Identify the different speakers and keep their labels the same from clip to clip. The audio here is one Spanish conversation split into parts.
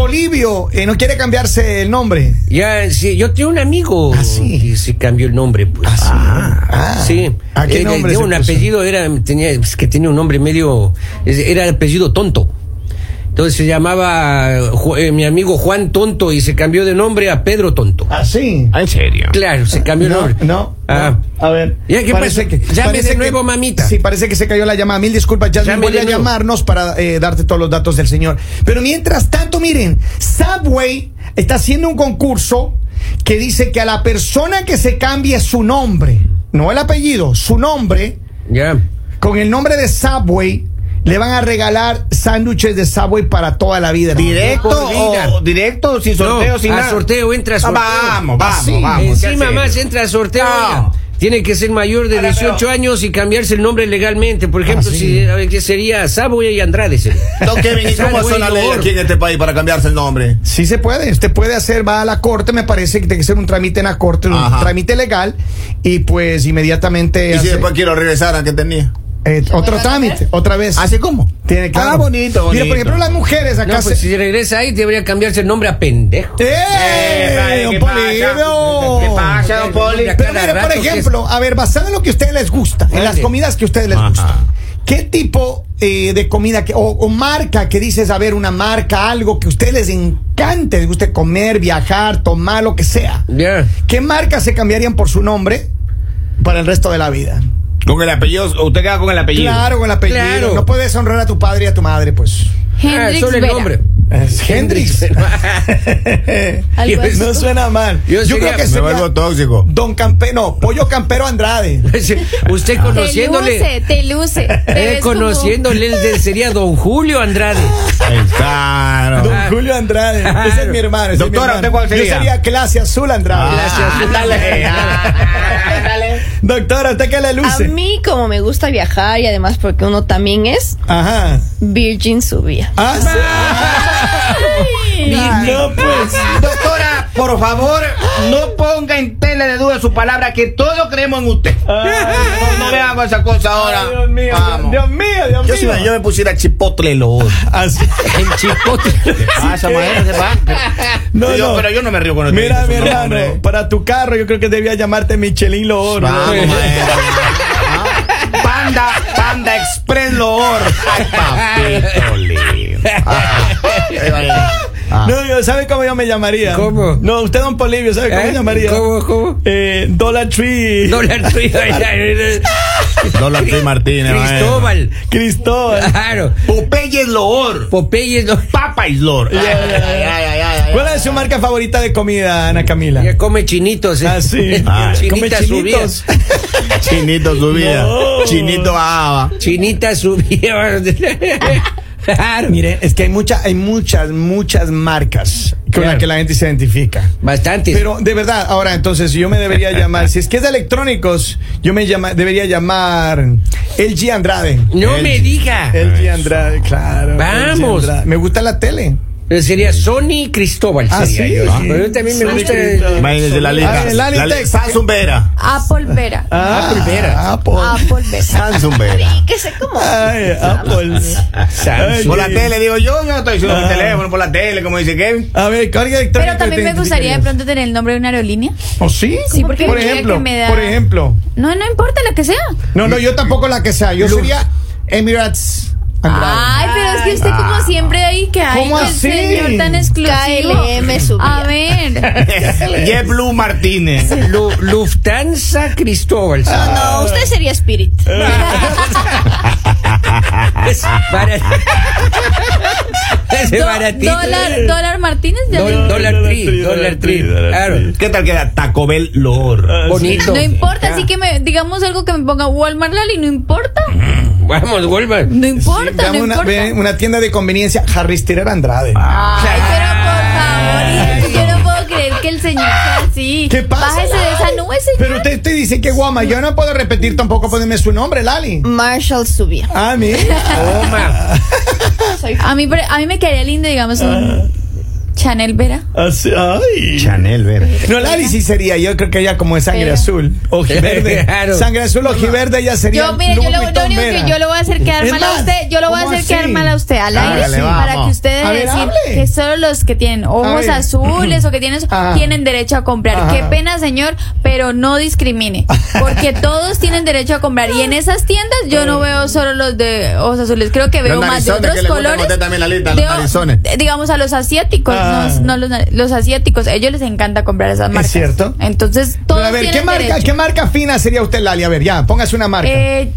Speaker 1: Toribio eh, no quiere cambiarse el nombre.
Speaker 2: Ya, sí, yo tengo un amigo
Speaker 1: Ah, sí.
Speaker 2: que se cambió el nombre, pues.
Speaker 1: Ah,
Speaker 2: Sí,
Speaker 1: ¿A qué
Speaker 2: Era-
Speaker 1: nombre
Speaker 2: tenía
Speaker 1: se
Speaker 2: un
Speaker 1: puso?
Speaker 2: apellido era tenía es que tenía un nombre medio es- era el apellido tonto. Entonces se llamaba Ju- eh, mi amigo Juan Tonto y se cambió de nombre a Pedro Tonto.
Speaker 1: ¿Ah, sí?
Speaker 3: Ah, en serio.
Speaker 2: Claro, se cambió el
Speaker 1: No,
Speaker 2: nombre.
Speaker 1: no,
Speaker 2: Ah.
Speaker 1: no. A ver.
Speaker 2: Ya, ¿qué pasó? Llame de nuevo, mamita.
Speaker 1: Sí, parece que se cayó la llamada. Mil disculpas, Jasmine.
Speaker 2: Llame
Speaker 1: Voy
Speaker 2: de
Speaker 1: a
Speaker 2: nuevo.
Speaker 1: llamarnos para eh, darte todos los datos del señor. Pero mientras tanto, miren, Subway está haciendo un concurso que dice que a la persona que se cambie su nombre, no el apellido, su nombre,
Speaker 2: Ya.
Speaker 1: con el nombre de Subway, le van a regalar sándwiches de Subway para toda la vida. Oh. hermano.
Speaker 3: Directo
Speaker 2: Por vida.
Speaker 3: o directo, sin sorteo,
Speaker 2: No,
Speaker 3: sin
Speaker 2: a
Speaker 3: nada.
Speaker 2: sorteo, entra a
Speaker 3: Ah,
Speaker 2: sorteo.
Speaker 3: Vamos, vamos,
Speaker 1: Así.
Speaker 3: vamos. ¿qué
Speaker 2: Encima
Speaker 3: hacer?
Speaker 2: más entra a sorteo.
Speaker 3: No.
Speaker 2: ya. Tiene que ser mayor de
Speaker 3: Ahora,
Speaker 2: 18
Speaker 3: pero-
Speaker 2: años y cambiarse el nombre legalmente. Por ejemplo,
Speaker 1: Ah, sí.
Speaker 2: si, a ver, ¿qué sería Saboya y Andrade. sería.
Speaker 4: Don Kevin, ¿y cómo
Speaker 2: Saboya
Speaker 4: son
Speaker 2: y
Speaker 4: las leyes
Speaker 2: Gogor.
Speaker 4: aquí en este país para cambiarse el nombre?
Speaker 1: Sí se puede, usted puede hacer, va a la corte, me parece que tiene que ser un trámite en la corte, un
Speaker 4: Ajá.
Speaker 1: trámite legal, y pues inmediatamente
Speaker 4: Y si
Speaker 1: hace,
Speaker 4: después quiero regresar al que tenía.
Speaker 1: eh, otro trámite, otra vez.
Speaker 4: ¿Así cómo?
Speaker 1: Tiene que
Speaker 4: Ah, bonito, bonito.
Speaker 1: Mira, por ejemplo, las mujeres acá
Speaker 2: No, pues
Speaker 1: se...
Speaker 2: si regresa ahí, debería cambiarse el nombre a pendejo.
Speaker 1: ¡Eh,
Speaker 3: Eh,
Speaker 1: don
Speaker 3: ¿qué
Speaker 1: Polibio!
Speaker 3: pasa? ¿Qué pasa, don Poli?
Speaker 1: Pero
Speaker 2: Cada
Speaker 1: mire, por
Speaker 2: rato que es-
Speaker 1: ejemplo, a ver, basado en lo que a ustedes les gusta, en las
Speaker 2: Dale.
Speaker 1: comidas que a ustedes les
Speaker 3: Ajá.
Speaker 1: gustan, ¿qué tipo eh, de comida que, o, o marca que dices, a ver, una marca, algo que a ustedes les encante, les guste comer, viajar, tomar, lo que sea?
Speaker 2: Ya. Ah,
Speaker 1: ¿Qué marcas se cambiarían por su nombre para el resto de la vida?
Speaker 3: Con el apellido, usted queda con el apellido.
Speaker 1: Claro, con el apellido.
Speaker 2: Claro.
Speaker 1: No puedes honrar a tu padre y a tu madre, pues.
Speaker 2: Ah,
Speaker 5: Hendrix
Speaker 2: solo el
Speaker 5: Vera.
Speaker 2: nombre.
Speaker 1: Es Hendrix. pues,
Speaker 5: Algo así.
Speaker 1: no suena mal. Yo,
Speaker 2: Yo sería-
Speaker 1: creo que
Speaker 2: me
Speaker 4: Me
Speaker 1: sería
Speaker 4: vuelvo tóxico.
Speaker 1: Don Campero, Pollo Campero Andrade.
Speaker 2: Usted
Speaker 5: Te
Speaker 2: conociéndole.
Speaker 5: luce, te luce. Te
Speaker 2: Eh,
Speaker 5: ves como-
Speaker 2: conociéndole él de- sería Don Julio Andrade.
Speaker 4: Claro.
Speaker 1: Don Julio Andrade. Ese es mi hermano. ese es mi
Speaker 3: Ah. Doctora,
Speaker 1: hermano.
Speaker 3: ¿usted cuál
Speaker 1: Yo
Speaker 3: sería?
Speaker 1: sería clase azul Andrade.
Speaker 2: Clase
Speaker 3: Ah,
Speaker 2: azul.
Speaker 3: ándale, ah, ándale.
Speaker 1: Doctora, ¿usted qué le
Speaker 6: A
Speaker 1: luce?
Speaker 6: mí, como me gusta viajar y además porque uno también es,
Speaker 1: Ajá.
Speaker 6: Virgin Subía.
Speaker 1: Ah, sí.
Speaker 2: Virgen.
Speaker 1: No, pues.
Speaker 3: Doctora, por favor, no ponga en tela de duda su palabra, que todos creemos en usted. No, no veamos esa cosa Pues ahora.
Speaker 1: Dios mío,
Speaker 3: Ah, Vamos.
Speaker 1: Dios mío, Dios mío. Ah,
Speaker 4: Yo si me, yo me pusiera chipotle lo odio.
Speaker 1: Así.
Speaker 2: El chipote.
Speaker 3: Pasa, maestra, se va.
Speaker 1: No,
Speaker 3: Yo-
Speaker 1: Ah, no.
Speaker 3: Pero yo no me río con usted.
Speaker 1: Mira, mi
Speaker 3: No,
Speaker 1: hermano,
Speaker 3: hombre.
Speaker 1: para tu carro yo creo que debía llamarte Michelin Loor.
Speaker 4: Vamos,
Speaker 2: Sí.
Speaker 4: maestro.
Speaker 3: Panda, Panda Express Loor.
Speaker 4: Ay, papito lindo. Ah, ahí va, ahí va. Ah.
Speaker 1: No, yo, ¿sabe cómo yo me llamaría?
Speaker 2: ¿Cómo?
Speaker 1: No, usted, don Polivio, ¿sabe cómo
Speaker 2: ¿Eh?
Speaker 1: me llamaría?
Speaker 2: ¿Cómo, cómo?
Speaker 1: Eh, Dollar Tree.
Speaker 2: Dólar tuyo. ya, ya, ya.
Speaker 4: Dólar T. Martínez,
Speaker 2: Cristóbal.
Speaker 1: Cristóbal.
Speaker 2: Claro.
Speaker 3: Popeyes Loor.
Speaker 2: Popeye. no-
Speaker 3: Papa is Loor.
Speaker 4: Ay, ay, ay, ay, ay, ay.
Speaker 1: ¿Cuál es su marca favorita de comida, Ana Camila?
Speaker 2: Ya come chinitos. eh.
Speaker 1: Ah, sí.
Speaker 4: Ah,
Speaker 1: Come
Speaker 2: Chinita subía.
Speaker 1: chinitos.
Speaker 4: Chinito subía.
Speaker 1: No.
Speaker 4: Chinito bajaba.
Speaker 2: Chinita subía. Claro.
Speaker 1: Mire, es que hay, mucha, hay muchas, muchas marcas con
Speaker 2: Claro.
Speaker 1: las que la gente se identifica.
Speaker 2: Bastantes.
Speaker 1: Pero de verdad, ahora entonces yo me debería llamar, si es que es de electrónicos, yo me llama, debería llamar LG Andrade.
Speaker 2: no
Speaker 4: El-
Speaker 2: me diga.
Speaker 1: LG Andrade, claro.
Speaker 2: Vamos.
Speaker 1: LG Andrade. Me gusta la tele.
Speaker 2: Eh, Sería Sony Cristóbal.
Speaker 1: Ah,
Speaker 2: sería
Speaker 1: sí.
Speaker 2: yo.
Speaker 1: Ah.
Speaker 2: Pero yo también me
Speaker 1: Sony
Speaker 2: gusta.
Speaker 1: Cristóbal.
Speaker 4: Imagínense la lista.
Speaker 1: Ah, el Alien
Speaker 4: La li-
Speaker 1: Tech.
Speaker 4: Samsung Vera.
Speaker 5: Apple Vera.
Speaker 2: Ah,
Speaker 1: Apple Vera. Apple.
Speaker 5: Apple Vera.
Speaker 4: Samsung Vera.
Speaker 6: Que sé cómo.
Speaker 2: Ah.
Speaker 1: Ay, Apple. Ay,
Speaker 3: Por la
Speaker 1: qué-
Speaker 3: tele, digo yo, yo no estoy diciendo
Speaker 1: Ah.
Speaker 3: mi teléfono, por la tele, como dice Kevin.
Speaker 1: A ver, carga electrónica.
Speaker 5: Pero también
Speaker 1: te
Speaker 5: me gustaría de
Speaker 1: identificarías?
Speaker 5: pronto tener el nombre de una aerolínea.
Speaker 1: ¿O ¿Oh, sí?
Speaker 5: Sí, porque
Speaker 1: por
Speaker 5: diría
Speaker 1: ejemplo,
Speaker 5: que me da-
Speaker 1: por ejemplo.
Speaker 5: No, no importa la que sea.
Speaker 1: No, no, yo tampoco la que sea. Yo sería Emirates. Andrade.
Speaker 5: Ay, pero es que usted como siempre ahí que hay
Speaker 1: ¿Cómo
Speaker 5: el
Speaker 1: así?
Speaker 5: señor tan exclusivo.
Speaker 6: KLM Subía.
Speaker 5: A ver.
Speaker 3: JetBlue Martínez.
Speaker 2: Lu- Lufthansa Cristóbal.
Speaker 1: Ah.
Speaker 6: No, usted sería Spirit.
Speaker 2: Ah. Es barat- Ese
Speaker 5: Do-
Speaker 2: baratito.
Speaker 5: dólar, dólar Martínez. ya
Speaker 2: Dol-
Speaker 5: no-
Speaker 2: dólar
Speaker 1: Dólar
Speaker 2: tri,
Speaker 1: tri,
Speaker 2: dólar tri.
Speaker 1: dólar tri.
Speaker 2: Claro.
Speaker 3: ¿Qué tal queda? Taco Bell
Speaker 1: Ah,
Speaker 3: Loor.
Speaker 2: Bonito.
Speaker 5: no importa, así que me digamos algo que me ponga Walmart Lali, no importa.
Speaker 2: Vamos, Golba.
Speaker 5: No
Speaker 1: Sí,
Speaker 5: importa,
Speaker 1: dame
Speaker 5: no
Speaker 1: una,
Speaker 5: importa.
Speaker 1: ve- una tienda de conveniencia, Harris Tirer Andrade.
Speaker 3: Ah,
Speaker 5: Ay, pero por favor, yo no puedo creer que el señor sea así.
Speaker 1: ¿Qué pasa,
Speaker 5: Bájese de esa
Speaker 1: Lali?
Speaker 5: nube, señor.
Speaker 1: Pero usted, usted dice que guama, yo no puedo repetir tampoco ponerme su nombre, Lali.
Speaker 6: Marshall Subía.
Speaker 1: Ah, mira.
Speaker 2: Toma.
Speaker 1: Ah.
Speaker 5: A mí, pre- a mí me quedaría lindo, digamos, un Chanel Vera.
Speaker 1: Así- ay.
Speaker 4: Chanel, ver.
Speaker 1: No, Lari sí sería, yo creo que ella como de sangre
Speaker 5: Pero-
Speaker 1: azul, ojiverde.
Speaker 2: Claro.
Speaker 1: Sangre azul, ojiverde, ella sería.
Speaker 5: Yo, mire, yo
Speaker 1: Louis
Speaker 5: lo, lo
Speaker 1: Vuitton
Speaker 5: único
Speaker 1: Vera.
Speaker 5: que yo lo voy a hacer quedar
Speaker 1: Es
Speaker 5: mal a
Speaker 1: más,
Speaker 5: usted, yo lo voy a
Speaker 1: ¿cómo
Speaker 5: hágale, hacer quedar
Speaker 1: así?
Speaker 5: mal a usted al aire
Speaker 4: Hágale,
Speaker 5: para que
Speaker 4: vamos.
Speaker 5: ustedes
Speaker 1: A ver,
Speaker 5: decir
Speaker 1: hable.
Speaker 5: que solo los que tienen ojos
Speaker 1: ver.
Speaker 5: azules o que tienen eso,
Speaker 1: Ajá.
Speaker 5: tienen derecho a comprar.
Speaker 1: Ajá.
Speaker 5: Qué pena, señor, pero no discrimine, porque todos tienen derecho a comprar y en esas tiendas yo no
Speaker 1: Eh.
Speaker 5: veo solo los de ojos azules, creo que veo más de
Speaker 4: narizones
Speaker 5: otros
Speaker 4: que le gustan a
Speaker 5: colores.
Speaker 4: usted también, Lalita, los
Speaker 5: de o-
Speaker 4: narizones.
Speaker 5: de- digamos a los asiáticos,
Speaker 1: Ah.
Speaker 5: no, no los, na- los asiáticos, a ellos les encanta comprar esas marcas.
Speaker 1: cierto.
Speaker 5: Entonces, todos
Speaker 1: Pero a ver, ¿qué
Speaker 5: tienen
Speaker 1: marca,
Speaker 5: derecho.
Speaker 1: ¿qué marca fina sería usted, Lali? A ver, ya, póngase una marca.
Speaker 5: Eh,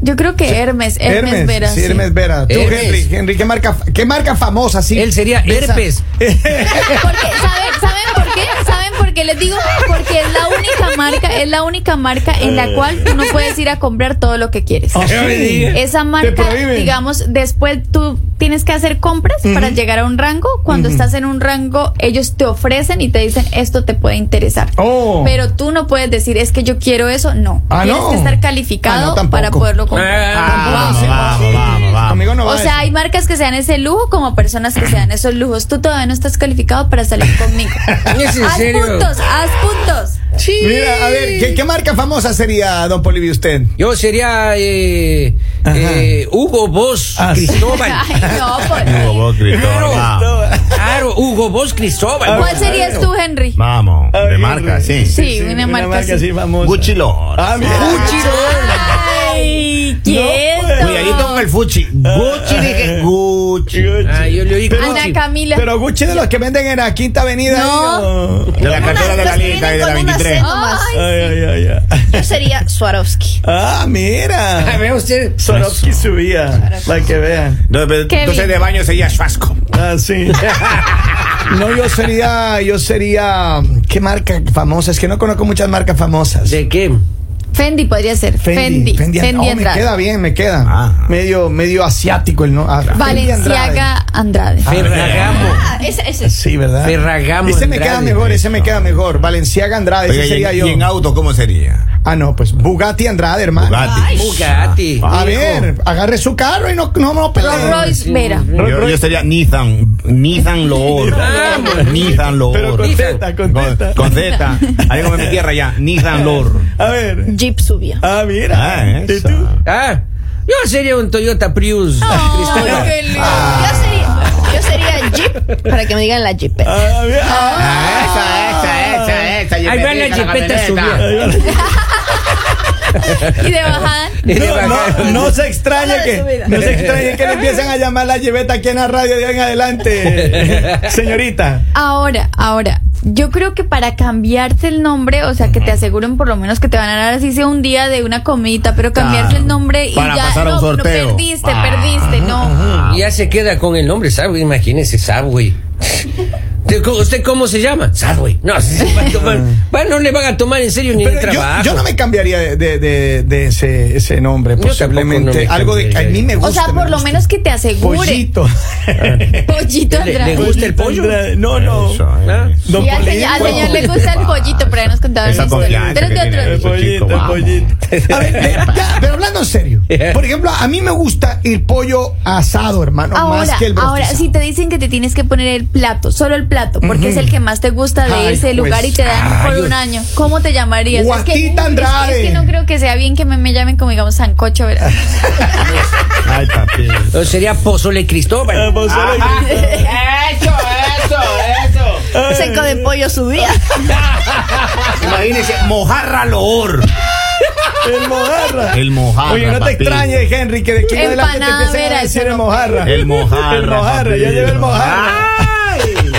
Speaker 5: yo creo que Hermes, Hermes, Vera.
Speaker 1: sí,
Speaker 5: sí.
Speaker 1: Hermes Vera. Tú,
Speaker 2: Hermes.
Speaker 1: Henry, Henry, ¿qué marca, qué marca famosa, sí?
Speaker 2: Él sería
Speaker 1: De esa-
Speaker 2: herpes.
Speaker 5: Porque, ¿saben, ¿Saben por qué? ¿Saben por qué les digo? Porque es la única marca, es la única marca en la cual tú no puedes ir a comprar todo lo que quieres.
Speaker 1: Ah, sí.
Speaker 5: Esa
Speaker 1: Te
Speaker 5: marca,
Speaker 1: prohíben.
Speaker 5: digamos, después tú tienes que hacer compras para llegar a un rango. Cuando estás en un rango, ellos te ofrecen y te dicen, esto te puede interesar.
Speaker 1: Oh.
Speaker 5: Pero tú no puedes decir, es que yo quiero eso. No.
Speaker 1: Ah,
Speaker 5: tienes
Speaker 1: no.
Speaker 5: que estar
Speaker 1: Ah,
Speaker 5: calificado
Speaker 1: no, tampoco.
Speaker 5: para poderlo comprar.
Speaker 2: Eh,
Speaker 4: Vamos,
Speaker 1: Ah, sí,
Speaker 4: vamos, vamos, vamos.
Speaker 1: Conmigo no va
Speaker 5: O sea, hay marcas que se dan ese lujo como personas que se dan esos lujos. Tú todavía no estás calificado para salir conmigo.
Speaker 2: ¿Es en
Speaker 5: haz
Speaker 2: serio?
Speaker 5: puntos, haz puntos.
Speaker 2: Sí.
Speaker 1: Mira, a ver, ¿qué, qué marca famosa sería, don Polivio, usted?
Speaker 2: Yo sería eh,
Speaker 1: Ajá.
Speaker 2: eh, Hugo Boss
Speaker 1: Ah, sí.
Speaker 2: Cristóbal.
Speaker 5: Ay, no, pues.
Speaker 4: Hugo Boss,
Speaker 5: por
Speaker 4: Cristóbal,
Speaker 2: Claro.
Speaker 4: vamos.
Speaker 2: Claro, Hugo Boss Cristóbal.
Speaker 5: ¿Cuál serías tú, Henry?
Speaker 4: Vamos, de marca, sí.
Speaker 5: Sí, una marca así.
Speaker 1: famosa.
Speaker 4: Gucci Lord.
Speaker 1: Ah, mira.
Speaker 5: Ay,
Speaker 4: Cuidadito con
Speaker 5: quieto.
Speaker 4: el Fuchi. Gucci, dije Gucci. De
Speaker 2: Ah, yo le oí
Speaker 5: Ana
Speaker 2: Gucci.
Speaker 5: Camila.
Speaker 1: Pero Gucci de los que venden en la Quinta Avenida.
Speaker 5: No.
Speaker 1: ahí,
Speaker 4: la cartera
Speaker 6: pues,
Speaker 4: de la Lita y de la 23.
Speaker 5: Ay,
Speaker 1: Ay, ay, ay, ay.
Speaker 6: Yo sería Swarovski.
Speaker 1: Ah,
Speaker 2: Ah,
Speaker 1: mira.
Speaker 2: vea usted.
Speaker 1: Sorowski subía, para que vean.
Speaker 4: No, pero
Speaker 5: Qué
Speaker 4: Entonces de
Speaker 5: bien.
Speaker 4: baño sería Schwasco.
Speaker 1: Ah, sí. No, yo sería, yo sería, ¿qué marca famosa? Es que no conozco muchas marcas famosas.
Speaker 2: ¿De qué?
Speaker 5: Fendi podría ser. Fendi. Fendi,
Speaker 1: Andrade. Oh, me
Speaker 5: Andrade.
Speaker 1: queda bien, me queda.
Speaker 4: Ah.
Speaker 1: Medio, medio asiático el no. ah, Fendi Andrade.
Speaker 5: Valenciaga Andrade.
Speaker 2: Ferragamo.
Speaker 6: Ah, ese, ese.
Speaker 1: Sí, ¿verdad?
Speaker 2: Ferragamo
Speaker 1: Ese me queda
Speaker 2: Andrade.
Speaker 1: mejor, ese me queda mejor. Valenciaga Andrade,
Speaker 4: Oiga,
Speaker 1: ese
Speaker 4: y,
Speaker 1: sería
Speaker 4: en,
Speaker 1: yo.
Speaker 4: y en auto cómo sería?
Speaker 1: Ah, no, pues Bugatti Andrade, hermano.
Speaker 4: Bugatti.
Speaker 2: Bugatti.
Speaker 4: Ah,
Speaker 1: A ver, agarre su carro y no, no, no pelee.
Speaker 5: Rolls Royce Vera.
Speaker 4: Yo, yo sería Nissan, Nissan Loor.
Speaker 2: Vamos.
Speaker 4: Nissan
Speaker 1: Pero
Speaker 4: Loor.
Speaker 1: con Z, con Z.
Speaker 4: Con Z. Ahí como en mi tierra ya. Nissan Loor.
Speaker 1: A ver.
Speaker 6: Jeep Subia.
Speaker 1: Ah, mira.
Speaker 4: Ah,
Speaker 1: ¿Y
Speaker 4: eso.
Speaker 1: tú?
Speaker 2: Ah, yo sería un Toyota Prius. Cristóbal.
Speaker 5: Ay, qué lindo.
Speaker 6: Yo sería, yo sería Jeep para que me digan la Jeep.
Speaker 1: Ah, mira.
Speaker 4: Ah, esa, esa, esa, esa.
Speaker 2: Ahí va la jipeta subida.
Speaker 5: Y de bajada.
Speaker 2: Y de
Speaker 1: No,
Speaker 2: bajada.
Speaker 1: no, no se extraña
Speaker 6: Hola,
Speaker 1: que
Speaker 6: subida.
Speaker 1: no se extraña que le empiecen a llamar la lleveta aquí en la radio de ahí en adelante, señorita.
Speaker 5: Ahora, ahora, yo creo que para cambiarte el nombre, o sea, que te aseguren por lo menos que te van a dar así sea un día de una comidita, pero cambiarte
Speaker 4: Claro.
Speaker 5: el nombre y
Speaker 4: Para
Speaker 5: ya
Speaker 4: pasar a un
Speaker 5: no, pero
Speaker 4: sorteo.
Speaker 5: perdiste,
Speaker 4: Ah.
Speaker 5: perdiste, no.
Speaker 1: Ah.
Speaker 2: Y ya se queda con el nombre Subway, imagínese Subway. ¿Usted co- ¿Usted cómo se llama? Subway. No, se va a tomar- va, no le van a tomar en serio ni en
Speaker 1: Pero
Speaker 2: el
Speaker 1: yo,
Speaker 2: trabajo.
Speaker 1: yo no me cambiaría de, de- de- de ese, ese nombre,
Speaker 2: Yo tampoco no
Speaker 1: posiblemente.
Speaker 2: me
Speaker 1: Algo de a
Speaker 2: cambiaría.
Speaker 1: mí me gusta.
Speaker 5: O sea,
Speaker 1: me
Speaker 5: por lo
Speaker 1: gusta.
Speaker 5: menos que te asegure.
Speaker 1: pollito.
Speaker 5: Pollito
Speaker 2: Le- le
Speaker 5: Andrade.
Speaker 2: gusta. el pollo?
Speaker 5: pues,
Speaker 1: No, no.
Speaker 4: Eso,
Speaker 2: Ah.
Speaker 4: eh.
Speaker 1: Don
Speaker 5: Y al,
Speaker 1: Polito.
Speaker 5: señor, al señor le gusta el pollito, pero ya nos contaba
Speaker 4: Esa
Speaker 5: una historia.
Speaker 4: confianza
Speaker 5: Pero
Speaker 4: que
Speaker 5: de otro-
Speaker 4: tiene.
Speaker 1: El pollito, el
Speaker 4: Vamos.
Speaker 1: pollito. A ver, de- ya, pero hablando en serio. Por ejemplo, a mí me gusta el pollo asado, hermano,
Speaker 5: Ahora,
Speaker 1: más que el
Speaker 5: ahora,
Speaker 1: brostizado.
Speaker 5: si te dicen que te tienes que poner el plato, solo el plato, porque es el que más te gusta de
Speaker 1: Ay,
Speaker 5: ese lugar
Speaker 1: pues,
Speaker 5: y te dan por
Speaker 2: ay,
Speaker 5: un año, ¿cómo te llamarías? Es que,
Speaker 1: Guatita
Speaker 5: es-
Speaker 1: Andrade.
Speaker 5: Es, que no creo que sea bien que me, me llamen como, digamos, Sancocho, ¿verdad?
Speaker 4: Ay, papi.
Speaker 2: O sería Pozole
Speaker 5: Ah,
Speaker 2: Cristóbal.
Speaker 3: Ajá. Eso, eso, eso.
Speaker 6: Seco de pollo Subia.
Speaker 4: Imagínese, Mojarra Loor.
Speaker 1: El mojarra.
Speaker 4: El mojarra.
Speaker 1: Oye, no te
Speaker 4: papi.
Speaker 1: extrañes, Henry, que de aquí en adelante te
Speaker 5: Empanada,
Speaker 1: empiecen a
Speaker 5: vera,
Speaker 1: decir
Speaker 5: eso
Speaker 1: el
Speaker 5: no.
Speaker 1: mojarra.
Speaker 4: El mojarra.
Speaker 1: El mojarra, ya
Speaker 4: papi. Ah.
Speaker 1: lleva el mojarra.
Speaker 5: Digamos,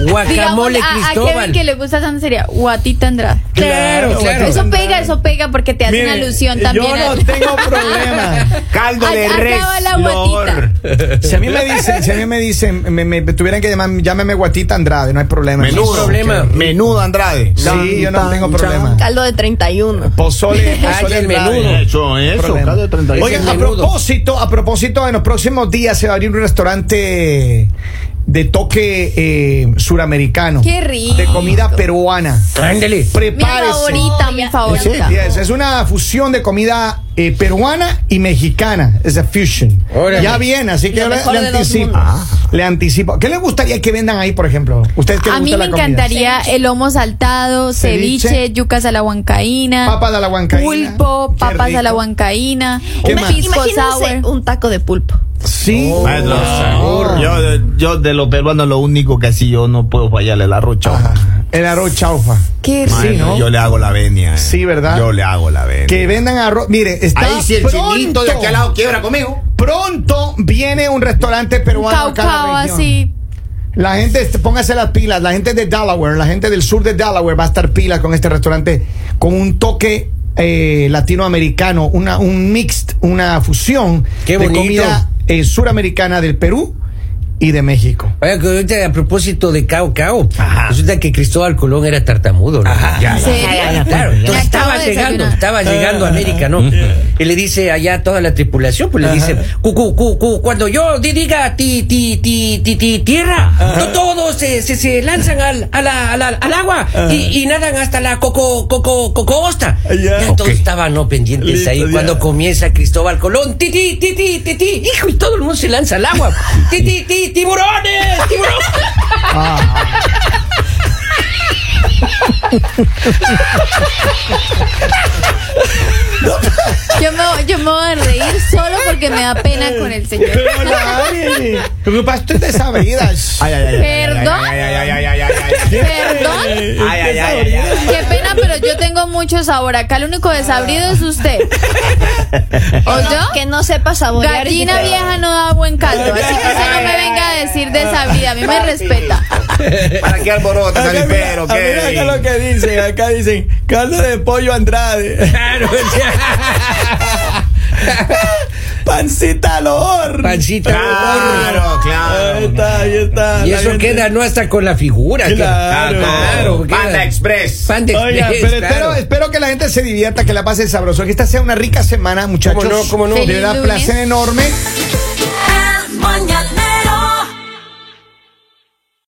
Speaker 2: Ah, Guacamole
Speaker 5: a, a Kevin
Speaker 2: Cristóbal.
Speaker 5: que le gusta tanto sería Guatita Andrade.
Speaker 2: Claro, claro.
Speaker 5: Eso pega, eso pega, porque te hacen
Speaker 1: Mire,
Speaker 5: alusión también.
Speaker 1: Yo no
Speaker 5: al-
Speaker 1: tengo problema.
Speaker 4: Caldo de
Speaker 5: Ac-
Speaker 4: res.
Speaker 5: acaba la
Speaker 4: Loor.
Speaker 1: Si a mí me dicen, si a mí me dicen, me, me- me tuvieran que llamar, llámeme Guatita Andrade, no hay problema.
Speaker 4: Menudo.
Speaker 1: Sí,
Speaker 2: problema.
Speaker 4: Menudo Andrade.
Speaker 1: Sí, yo no tengo problema.
Speaker 6: Caldo de 31.
Speaker 1: Pozole,
Speaker 2: Ay,
Speaker 1: pozole
Speaker 2: el
Speaker 1: Andrade.
Speaker 2: menudo.
Speaker 4: Eso, eso.
Speaker 1: Problema.
Speaker 4: Caldo de 31.
Speaker 1: Oigan,
Speaker 2: Ese
Speaker 1: a
Speaker 2: menudo.
Speaker 1: propósito, a propósito, en los próximos días se va a abrir un restaurante de toque eh, suramericano.
Speaker 5: Qué rico.
Speaker 1: De comida peruana.
Speaker 2: Ándele.
Speaker 5: Mi
Speaker 1: Prepárese.
Speaker 5: favorita, mi
Speaker 1: Sí,
Speaker 6: Sí,
Speaker 5: favorita.
Speaker 1: yes, es una fusión de comida eh, peruana y mexicana. Es a fusion.
Speaker 2: Órale.
Speaker 1: Ya viene, así que
Speaker 6: Lo
Speaker 1: ahora
Speaker 6: mejor
Speaker 1: le
Speaker 6: de dos
Speaker 1: anticipo. Ah.
Speaker 6: mundos.
Speaker 1: Le anticipo. ¿Qué le gustaría que vendan ahí, por ejemplo? ¿Ustedes qué les
Speaker 5: A mí
Speaker 1: gusta
Speaker 5: me
Speaker 1: la comida?
Speaker 5: encantaría el lomo saltado,
Speaker 1: Ceviche.
Speaker 5: ceviche, yucas a la huancaína,
Speaker 1: Papas a la huancaína.
Speaker 5: pulpo,
Speaker 1: Qué
Speaker 5: papas a la
Speaker 1: rico.
Speaker 5: huancaína,
Speaker 1: ¿Qué
Speaker 5: un
Speaker 1: más?
Speaker 5: pisco
Speaker 6: Imagínense
Speaker 5: sour.
Speaker 6: un taco de pulpo.
Speaker 1: Sí.
Speaker 4: Oh,
Speaker 1: Oh.
Speaker 4: Maestro, yo, yo de los peruanos lo único que sí yo no puedo fallarle el arroz chaufa.
Speaker 1: Ajá. Ah. El arroz chaufa.
Speaker 5: Qué
Speaker 4: Maestro,
Speaker 5: rico.
Speaker 4: Yo le hago la venia. eh.
Speaker 1: Sí, ¿verdad?
Speaker 4: Yo le hago la venia.
Speaker 1: Que vendan arroz. Mire, está
Speaker 3: Ahí si el
Speaker 1: pronto,
Speaker 3: chinito de aquel lado quiebra conmigo.
Speaker 1: Pronto viene un restaurante
Speaker 5: Un
Speaker 1: peruano. acá en la
Speaker 5: caucao
Speaker 1: región.
Speaker 5: así.
Speaker 1: La gente, este, póngase las pilas. La gente de Delaware, la gente del sur de Delaware va a estar pilas con este restaurante con un toque eh, latinoamericano, una, un mixed, una fusión
Speaker 2: Qué
Speaker 1: de
Speaker 2: bonito.
Speaker 1: comida eh, suramericana del Perú y de México.
Speaker 2: Oiga, que ahorita a propósito de Cao Cao, resulta que Cristóbal Colón era tartamudo, ¿no?
Speaker 5: ¿En serio?
Speaker 2: Claro,
Speaker 5: Me
Speaker 2: entonces
Speaker 5: acabo
Speaker 2: estaba
Speaker 5: de
Speaker 2: llegando,
Speaker 5: desayunar.
Speaker 4: Ah.
Speaker 2: estaba llegando a América, ¿no? Y le dice allá a toda la tripulación, pues le dice, "Cu, cu, cu, cu, cuando yo di- diga ti, ti, ti, ti, ti, tierra, to- todos se, se, se lanzan al, a la- a la- al agua y, y nadan hasta la coco, coco, coco osta.
Speaker 4: Ah,
Speaker 2: Ya todos estaban no pendientes ahí. Cuando comienza Cristóbal Colón, ti, ti, ti, ti, ti, ti, hijo, y todo el mundo se lanza al agua. Ti, ti, ti, tiburones, tiburones.
Speaker 5: Yo me, yo me voy a reír solo porque me da pena con el señor.
Speaker 1: Lo que pasa es que usted sabe, idas.
Speaker 4: Ay, ay, ay, ay,
Speaker 5: Perdón.
Speaker 4: ay, ay, ay, ay, ay, ay, ay.
Speaker 5: Perdón.
Speaker 4: Ay, ay, ay, ay, ay.
Speaker 5: Qué pena, pero yo tengo mucho sabor. Acá el único desabrido es usted. ¿O yo?
Speaker 6: Que no sepa saborear.
Speaker 5: Gallina vieja no da buen caldo. Así que usted no me venga a decir desabrida. A mí me respeta.
Speaker 4: ¿Para qué alborotas al impero?
Speaker 7: mira, mira acá lo
Speaker 4: ¿Qué?
Speaker 7: que dicen, acá dicen, caldo de pollo Andrade,
Speaker 2: Claro,
Speaker 7: pancita al horno.
Speaker 2: Pancita.
Speaker 4: Claro,
Speaker 7: Ahí
Speaker 4: claro.
Speaker 7: está, ahí está.
Speaker 2: Y
Speaker 7: La
Speaker 2: eso
Speaker 7: gente-
Speaker 2: queda no hasta con la figura.
Speaker 7: Claro.
Speaker 2: queda-
Speaker 4: Claro.
Speaker 2: queda-
Speaker 4: Panda Express.
Speaker 2: Pan de
Speaker 7: Oiga,
Speaker 2: Express,
Speaker 1: Pero
Speaker 2: claro.
Speaker 1: espero, espero que la gente se divierta, que la pase sabroso. Que esta sea una rica semana, muchachos.
Speaker 2: no, cómo no.
Speaker 1: De verdad,
Speaker 5: Feliz lunes.
Speaker 1: placer enorme.
Speaker 8: El mañanero